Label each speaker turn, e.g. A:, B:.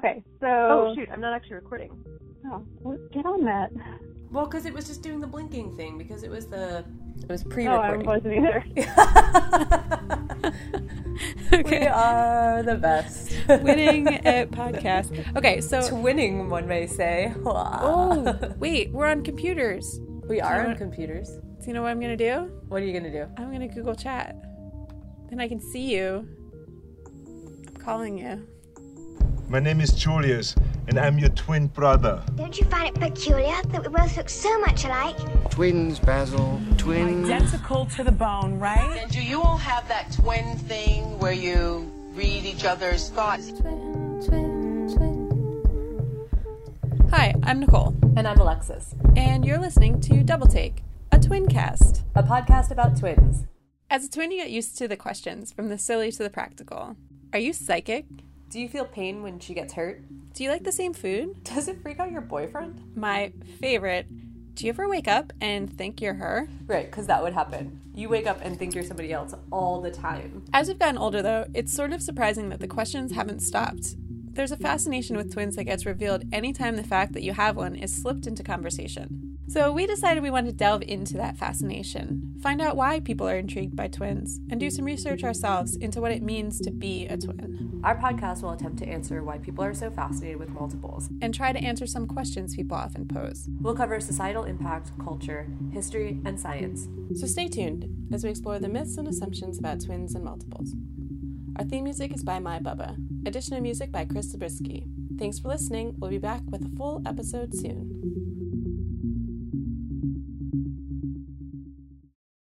A: So
B: Oh shoot, I'm not actually recording.
A: Oh, well, get on that.
B: Well, because it was just doing the blinking thing because it was the it was
A: Oh, I
B: pre-recording.
A: wasn't either.
B: We are the best.
C: Winning at podcast. Okay, so
B: Twinning, one may say.
C: oh wait, we're on computers.
B: we are on computers.
C: So you know what I'm gonna do?
B: What are you gonna do?
C: I'm gonna Google Chat. Then I can see you. I'm calling you.
D: My name is Julius, and I'm your twin brother.
E: Don't you find it peculiar that we both look so much alike?
F: Twins, Basil. Twins.
G: identical to the bone, right?
H: And do you all have that twin thing where you read each other's thoughts?
C: Hi, I'm Nicole,
B: And I'm Alexis,
C: and you're listening to Double Take, a twin cast.
B: a podcast about twins.
C: As a twin, you get used to the questions, from the silly to the practical. Are you psychic?
B: Do you feel pain when she gets hurt?
C: Do you like the same food?
B: Does it freak out your boyfriend?
C: My favorite. Do you ever wake up and think you're her?
B: Right, because that would happen. You wake up and think you're somebody else all the time.
C: As we've gotten older, though, it's sort of surprising that the questions haven't stopped. There's a fascination with twins that gets revealed anytime the fact that you have one is slipped into conversation. So we decided we wanted to delve into that fascination, find out why people are intrigued by twins, and do some research ourselves into what it means to be a twin,
B: Our podcast will attempt to answer why people are so fascinated with multiples.
C: and try to answer some questions people often pose.
B: We'll cover societal impact, culture, history, and science.
C: So stay tuned as we explore the myths and assumptions about twins and multiples. Our theme music is by My Bubba. Additional music by Chris Zabriskie. Thanks for listening. We'll be back with a full episode soon.